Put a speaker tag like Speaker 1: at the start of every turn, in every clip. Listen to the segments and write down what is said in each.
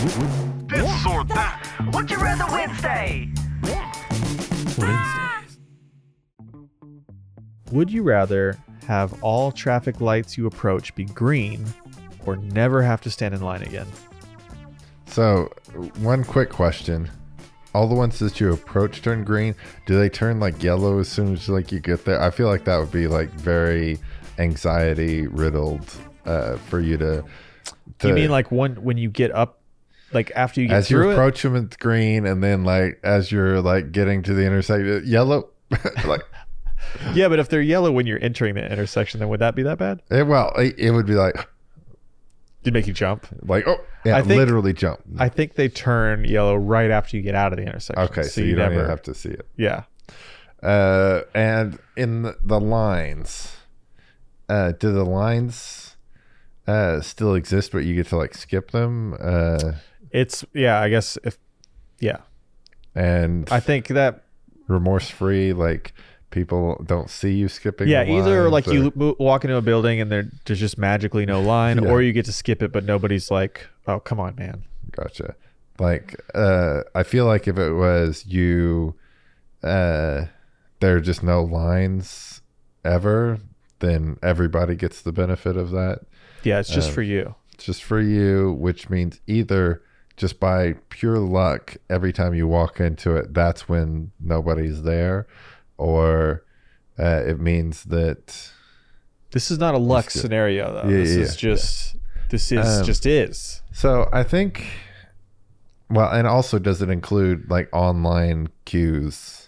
Speaker 1: This or that. Would you rather Wednesday?
Speaker 2: Wednesdays.
Speaker 3: Would you rather have all traffic lights you approach be green or never have to stand in line again?
Speaker 4: So, one quick question: All the ones that you approach turn green. Do they turn like yellow as soon as like you get there? I feel like that would be like very anxiety riddled uh, for you to. to
Speaker 3: you mean like one when you get up, like after you get
Speaker 4: as you
Speaker 3: through
Speaker 4: approach them, it's green, and then like as you're like getting to the intersection, yellow. like
Speaker 3: it? Yeah, but if they're yellow when you're entering the intersection, then would that be that bad?
Speaker 4: it, eh, well, it, it would be like
Speaker 3: It'd make you jump.
Speaker 4: like oh, yeah,
Speaker 3: I think-
Speaker 4: literally jump.
Speaker 3: I think they turn yellow right after you get out of the intersection.
Speaker 4: okay, so, you, don't even have to see it.
Speaker 3: Yeah.
Speaker 4: Uh, and in the, the lines, uh, do the lines uh, still exist, but you get to like skip them? Uh,
Speaker 3: It's yeah, I guess if yeah.
Speaker 4: and
Speaker 3: I think that
Speaker 4: remorse free, like people don't see you skipping.
Speaker 3: yeah,
Speaker 4: the
Speaker 3: either
Speaker 4: lines,
Speaker 3: like you
Speaker 4: or-
Speaker 3: you mo- walk into a building and there there's just magically no line
Speaker 4: Yeah.
Speaker 3: or you get to skip it but nobody's like, "Oh, come on, man."
Speaker 4: Gotcha. Like, uh, I feel like if it was you, uh, there are just no lines ever, then everybody gets the benefit of that.
Speaker 3: Yeah, it's just
Speaker 4: Um,
Speaker 3: for you.
Speaker 4: just for you, which means either just by pure luck, every time you walk into it, that's when nobody's there, or uh, it means that
Speaker 3: This is not a luck
Speaker 4: Let's do it.
Speaker 3: scenario though.
Speaker 4: Yeah,
Speaker 3: this
Speaker 4: yeah,
Speaker 3: is
Speaker 4: yeah.
Speaker 3: just this is
Speaker 4: Um,
Speaker 3: just is.
Speaker 4: So I think, well, and also does it include like online cues?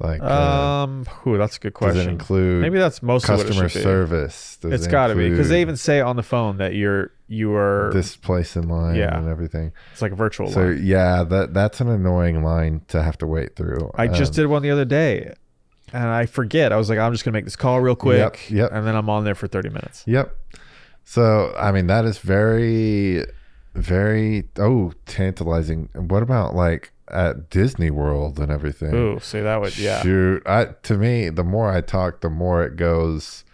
Speaker 4: Like, uh,
Speaker 3: Um, whew, that's a good
Speaker 4: does it
Speaker 3: question.
Speaker 4: include
Speaker 3: Maybe that's mostly what it
Speaker 4: customer
Speaker 3: should be.
Speaker 4: service? Does
Speaker 3: It's
Speaker 4: it
Speaker 3: got to be because they
Speaker 4: include
Speaker 3: even say on the phone that you're you are
Speaker 4: this place in line
Speaker 3: Yeah.
Speaker 4: and everything.
Speaker 3: it's like a virtual.
Speaker 4: So
Speaker 3: line.
Speaker 4: yeah, that that's an annoying line to have to wait through.
Speaker 3: I just
Speaker 4: Um,
Speaker 3: did one the other day, and I forget. I was like, I'm just gonna make this call real quick,
Speaker 4: Yep, yep.
Speaker 3: and then I'm on there for 30 minutes.
Speaker 4: Yep. So I mean that is very, very oh tantalizing. What about like at Disney World and everything?
Speaker 3: Ooh, see that would yeah.
Speaker 4: Shoot, I, to me, the more I talk, the more it goes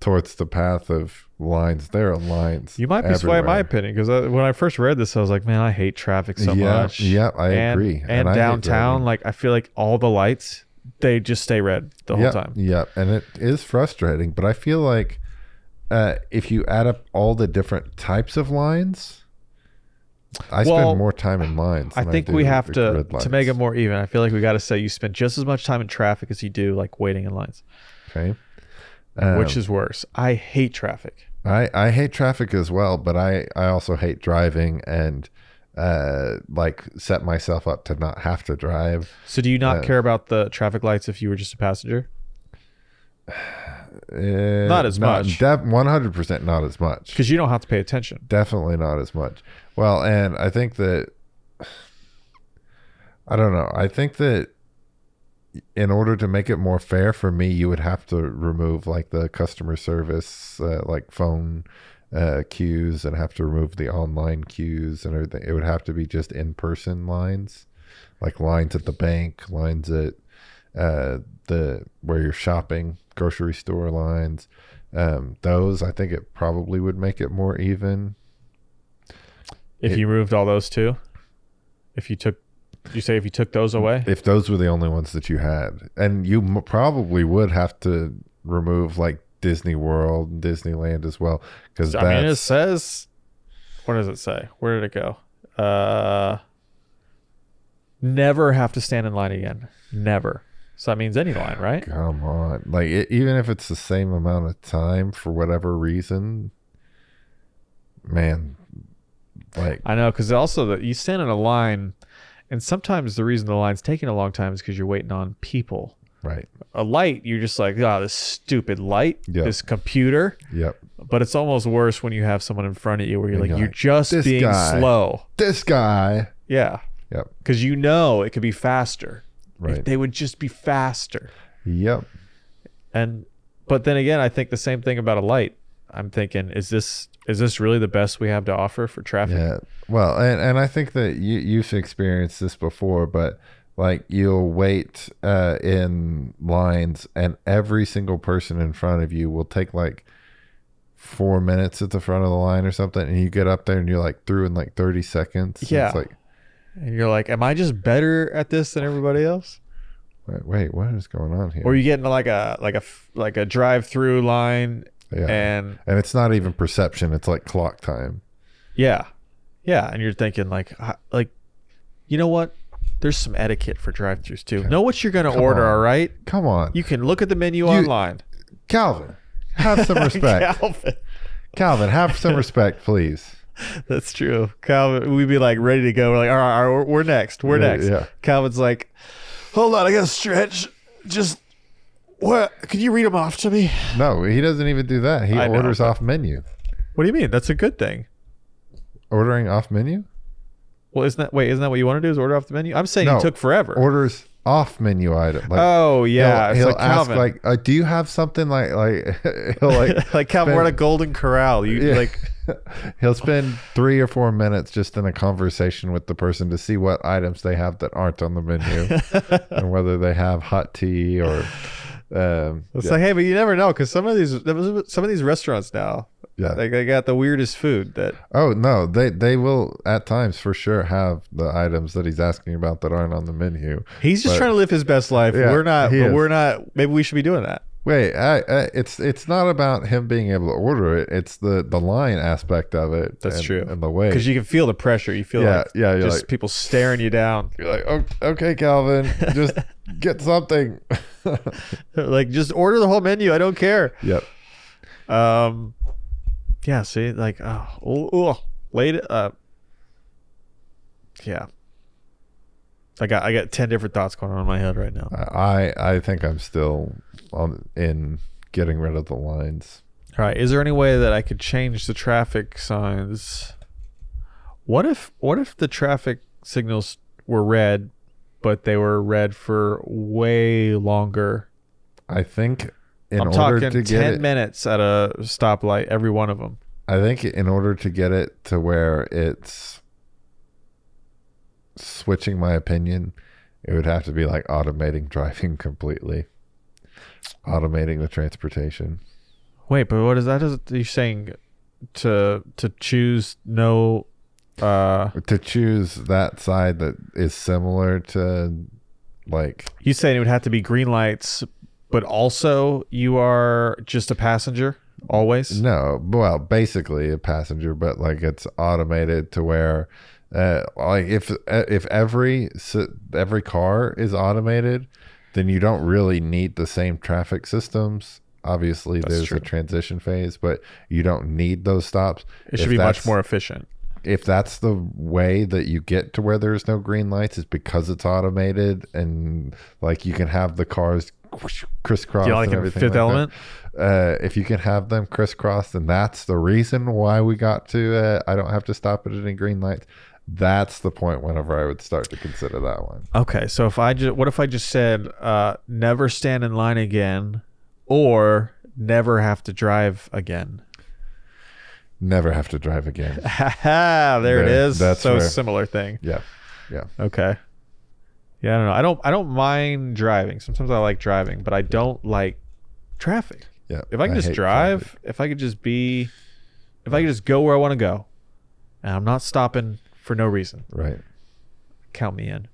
Speaker 4: towards the path of lines. There are lines.
Speaker 3: You might be swayed in my
Speaker 4: everywhere.
Speaker 3: opinion because when I first read this, I was like, man, I hate traffic so
Speaker 4: yeah,
Speaker 3: much.
Speaker 4: Yeah, I
Speaker 3: and,
Speaker 4: agree.
Speaker 3: And,
Speaker 4: I hate
Speaker 3: downtown,
Speaker 4: driving.
Speaker 3: like I feel like all the lights they just stay red the whole
Speaker 4: yep,
Speaker 3: time.
Speaker 4: Yep, and it is frustrating, but I feel like uh, if you add up all the different types of lines, I
Speaker 3: Well,
Speaker 4: spend more time in lines.
Speaker 3: I
Speaker 4: than
Speaker 3: think
Speaker 4: do
Speaker 3: we have
Speaker 4: with
Speaker 3: to
Speaker 4: red
Speaker 3: to make it
Speaker 4: lights.
Speaker 3: more even. I feel like we got to say you spend just as much time in traffic as you do like waiting in lines,
Speaker 4: okay. Um,
Speaker 3: which is worse. I hate traffic.
Speaker 4: I I hate traffic as well, but I I also hate driving and uh like set myself up to not have to drive.
Speaker 3: So do you not
Speaker 4: uh,
Speaker 3: care about the traffic lights if you were just a passenger?
Speaker 4: Eh,
Speaker 3: Not as much.
Speaker 4: def- 100% not as much.
Speaker 3: Because you don't have to pay attention.
Speaker 4: definitely not as much. Well, and I think that I don't know. I think that in order to make it more fair for me, you would have to remove like the customer service, uh, like phone uh, queues, and have to remove the online queues and everything. It would have to be just in person lines, like lines at the bank, lines at uh, the where you're shopping, grocery store lines. Um, those I think it probably would make it more even.
Speaker 3: If
Speaker 4: It-
Speaker 3: you moved all those too, if you took, did you say if you took those away,
Speaker 4: if those were the only ones that you had and you m- probably would have to remove like disney world and disneyland as well because
Speaker 3: I mean it
Speaker 4: that's
Speaker 3: says. What does it say? Where did it go? Uh, never have to stand in line again. Never. So that means any line, right?
Speaker 4: come on like it, even if it's the same amount of time for whatever reason man like
Speaker 3: I know, because also that you stand in a line, and sometimes the reason the line's taking a long time is because you're waiting on people.
Speaker 4: right
Speaker 3: A light, you're just like, oh, this stupid light,
Speaker 4: Yeah.
Speaker 3: this computer.
Speaker 4: yep
Speaker 3: But it's almost worse when you have someone in front of you where you're
Speaker 4: And
Speaker 3: like,
Speaker 4: you're
Speaker 3: you're
Speaker 4: like,
Speaker 3: just
Speaker 4: "This
Speaker 3: being
Speaker 4: guy."
Speaker 3: slow.
Speaker 4: this guy
Speaker 3: Yeah.
Speaker 4: Yep.
Speaker 3: Because you know it could be faster. If
Speaker 4: right
Speaker 3: they would just be faster.
Speaker 4: yep
Speaker 3: And but then again, I think the same thing about a light. I'm thinking, is this is this really the best we have to offer for traffic?
Speaker 4: Yeah. Well, and, and I think that you you've experienced this before, but like you'll wait uh, in lines, and every single person in front of you will take like four minutes at the front of the line or something, and you get up there and you're like through in like 30 seconds. and
Speaker 3: Yeah.
Speaker 4: It's like,
Speaker 3: and you're like, am I just better at this than everybody else?
Speaker 4: wait, wait, what is going on here?
Speaker 3: Or you get into like a like a f- like a drive through line,
Speaker 4: yeah. And,
Speaker 3: and
Speaker 4: it's not even perception, it's like clock time.
Speaker 3: yeah, yeah, and you're thinking like I- like, you know what? There's some etiquette for drive throughs too. Know what you're gonna
Speaker 4: Come
Speaker 3: order,
Speaker 4: on.
Speaker 3: all right?
Speaker 4: Come on.
Speaker 3: You can look at the menu
Speaker 4: You-
Speaker 3: online.
Speaker 4: Calvin, have some respect.
Speaker 3: Calvin.
Speaker 4: Calvin, have some respect, please.
Speaker 3: That's true. Calvin, we'd be like ready to go. We're like, all right, all right, we're- we're next. We're
Speaker 4: Yeah,
Speaker 3: next.
Speaker 4: yeah.
Speaker 3: Calvin's like, hold on, I gotta stretch. Just what? Can you read them off to me?
Speaker 4: No, he doesn't even do that. He
Speaker 3: I know,
Speaker 4: orders
Speaker 3: but-
Speaker 4: off menu.
Speaker 3: What do you mean? That's a good thing.
Speaker 4: Ordering off menu?
Speaker 3: Well, isn't that wait? Isn't that what you want to do? Is order off the menu? I'm saying
Speaker 4: No.
Speaker 3: it took forever.
Speaker 4: Orders off menu item. Like,
Speaker 3: oh yeah,
Speaker 4: he'll,
Speaker 3: it's
Speaker 4: he'll
Speaker 3: like
Speaker 4: ask
Speaker 3: Calvin. Like,
Speaker 4: like, uh, "Do you have something like like he'll like
Speaker 3: Calvin, we're at a
Speaker 4: spend-
Speaker 3: Golden Corral. You
Speaker 4: Yeah.
Speaker 3: like
Speaker 4: he'll spend three or four minutes just in a conversation with the person to see what items they have that aren't on the menu and whether they have hot tea or um
Speaker 3: it's
Speaker 4: yeah,
Speaker 3: like hey, but you never know because some of these some of these restaurants now
Speaker 4: yeah.
Speaker 3: like they got the weirdest food that
Speaker 4: oh no they they will at times for sure have the items that he's asking about that aren't on the menu
Speaker 3: he's just
Speaker 4: But-
Speaker 3: trying to live his best life.
Speaker 4: Yeah,
Speaker 3: we're not.
Speaker 4: he
Speaker 3: But
Speaker 4: is.
Speaker 3: we're not. Maybe we should be doing that.
Speaker 4: wait I, I it's it's not about him being able to order it it's the the line aspect of it
Speaker 3: That's
Speaker 4: and-
Speaker 3: true.
Speaker 4: and the way
Speaker 3: because you can feel the pressure. You feel
Speaker 4: Yeah,
Speaker 3: like
Speaker 4: yeah, you're
Speaker 3: just
Speaker 4: like-
Speaker 3: people staring you down.
Speaker 4: You're like, "Oh, okay, Calvin, just get something.
Speaker 3: like just order the whole menu. I don't care.
Speaker 4: yep.
Speaker 3: Um, yeah. See, like oh, ooh, ooh, late. Uh, yeah. I got I got ten different thoughts going on in my head right
Speaker 4: Uh.
Speaker 3: now. All
Speaker 4: I I think I'm still on in getting rid of the lines.
Speaker 3: right. Is there any way that I could change the traffic signs? What if what if the traffic signals were red, but they were red for way longer
Speaker 4: I think in
Speaker 3: I'm
Speaker 4: order
Speaker 3: talking
Speaker 4: to get
Speaker 3: ten
Speaker 4: it,
Speaker 3: minutes at a stoplight, every one of them.
Speaker 4: I think in order to get it to where it's switching my opinion, it would have to be like automating driving completely. Automating the transportation.
Speaker 3: Wait, but what is that? Is you saying to to choose no? Uh,
Speaker 4: To choose that side that is similar to like
Speaker 3: you saying it would have to be green lights, but also you are just a passenger always.
Speaker 4: No, well, basically a passenger, but like it's automated to where, uh, like if if every s- every car is automated, then you don't really need the same traffic systems. Obviously,
Speaker 3: That's
Speaker 4: there's
Speaker 3: true.
Speaker 4: a transition phase, but you don't need those stops.
Speaker 3: It
Speaker 4: If
Speaker 3: should be much
Speaker 4: that's-
Speaker 3: more efficient.
Speaker 4: If that's the way that you get to where there's no green lights, is because it's automated and like you can have the cars crisscross.
Speaker 3: Yeah, like
Speaker 4: and
Speaker 3: in
Speaker 4: everything
Speaker 3: Fifth
Speaker 4: like that
Speaker 3: Element.
Speaker 4: uh, if you can have them crisscrossed, and that's the reason why we got to uh, I don't have to stop at any green lights. That's the point whenever I would start to consider that one.
Speaker 3: Okay, so if I just what if I just said uh, never stand in line again, or never have to drive again?
Speaker 4: Never have to drive again.
Speaker 3: Ha ha! There it
Speaker 4: There,
Speaker 3: is.
Speaker 4: that's
Speaker 3: so
Speaker 4: where-
Speaker 3: similar thing.
Speaker 4: Yeah.
Speaker 3: Okay. Yeah, I don't know. I don't I don't mind driving. Sometimes I like driving, but I don't like traffic.
Speaker 4: Yeah.
Speaker 3: If I can just
Speaker 4: hate
Speaker 3: drive,
Speaker 4: traffic.
Speaker 3: if I could just be if I could just go where I want to go and I'm not stopping for no reason,
Speaker 4: Right.
Speaker 3: count me in.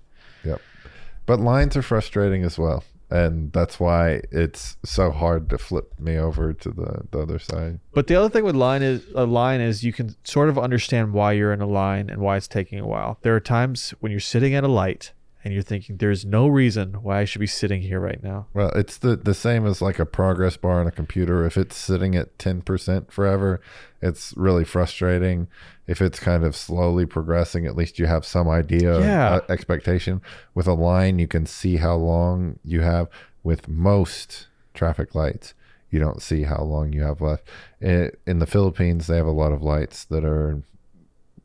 Speaker 4: But lines are frustrating as well. And that's why it's so hard to flip me over to the, the other side.
Speaker 3: But the other thing with line is a line is you can sort of understand why you're in a line and why it's taking a while. There are times when you're sitting at a light and you're thinking there's no reason why I should be sitting here right now.
Speaker 4: Well, it's the, the same as like a progress bar on a computer. If it's sitting at 10% forever, it's really frustrating. If it's kind of slowly progressing, at least you have some idea
Speaker 3: Yeah.
Speaker 4: uh, expectation. With a line, you can see how long you have. With most traffic lights, you don't see how long you have left. It, in the Philippines, they have a lot of lights that are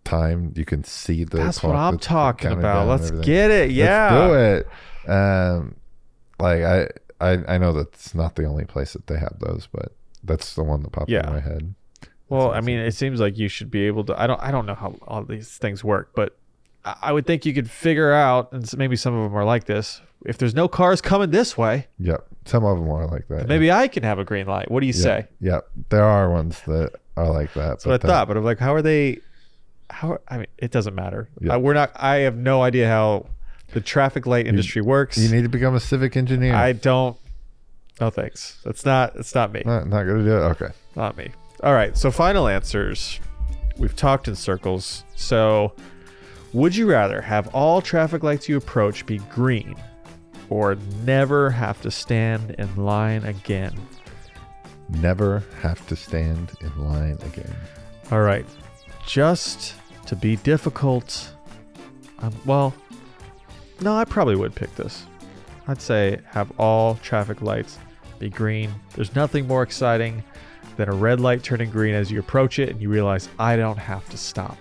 Speaker 4: timed. You can see the
Speaker 3: That's
Speaker 4: clock
Speaker 3: what I'm
Speaker 4: that's
Speaker 3: talking
Speaker 4: counting down
Speaker 3: about.
Speaker 4: and
Speaker 3: Let's
Speaker 4: everything.
Speaker 3: get it. Yeah.
Speaker 4: Let's do it. Um, like I, I, I know that's not the only place that they have those, but that's the one that popped
Speaker 3: Yeah.
Speaker 4: in my head.
Speaker 3: Well,
Speaker 4: That's
Speaker 3: I mean, it seems like you should be able to. I don't. I don't know how all these things work, but I I would think you could figure out, and s- maybe some of them are like this. If there's no cars coming this way,
Speaker 4: Yep. Some of them are like that.
Speaker 3: maybe I can have a green light. What do you
Speaker 4: yeah.
Speaker 3: say?
Speaker 4: Yeah. Yep. There are ones that are like that.
Speaker 3: That's what I
Speaker 4: but that-
Speaker 3: thought. But I'm like, how are they? How? I mean, it doesn't matter.
Speaker 4: Yeah.
Speaker 3: I, we're not. I have no idea how the traffic light industry works.
Speaker 4: You need to become a civic engineer.
Speaker 3: I don't. No thanks. That's not. It's not me.
Speaker 4: not, not gonna do it. Okay.
Speaker 3: Not me. All right. So final answers. We've talked in circles. So, would you rather have all traffic lights you approach be green, or never have to stand in line again?
Speaker 4: Never have to stand in line again.
Speaker 3: All right. Just to be difficult. Um, well, no, I probably would pick this. I'd say have all traffic lights be green. There's nothing more exciting than a red light turning green as you approach it and you realize I don't have to stop.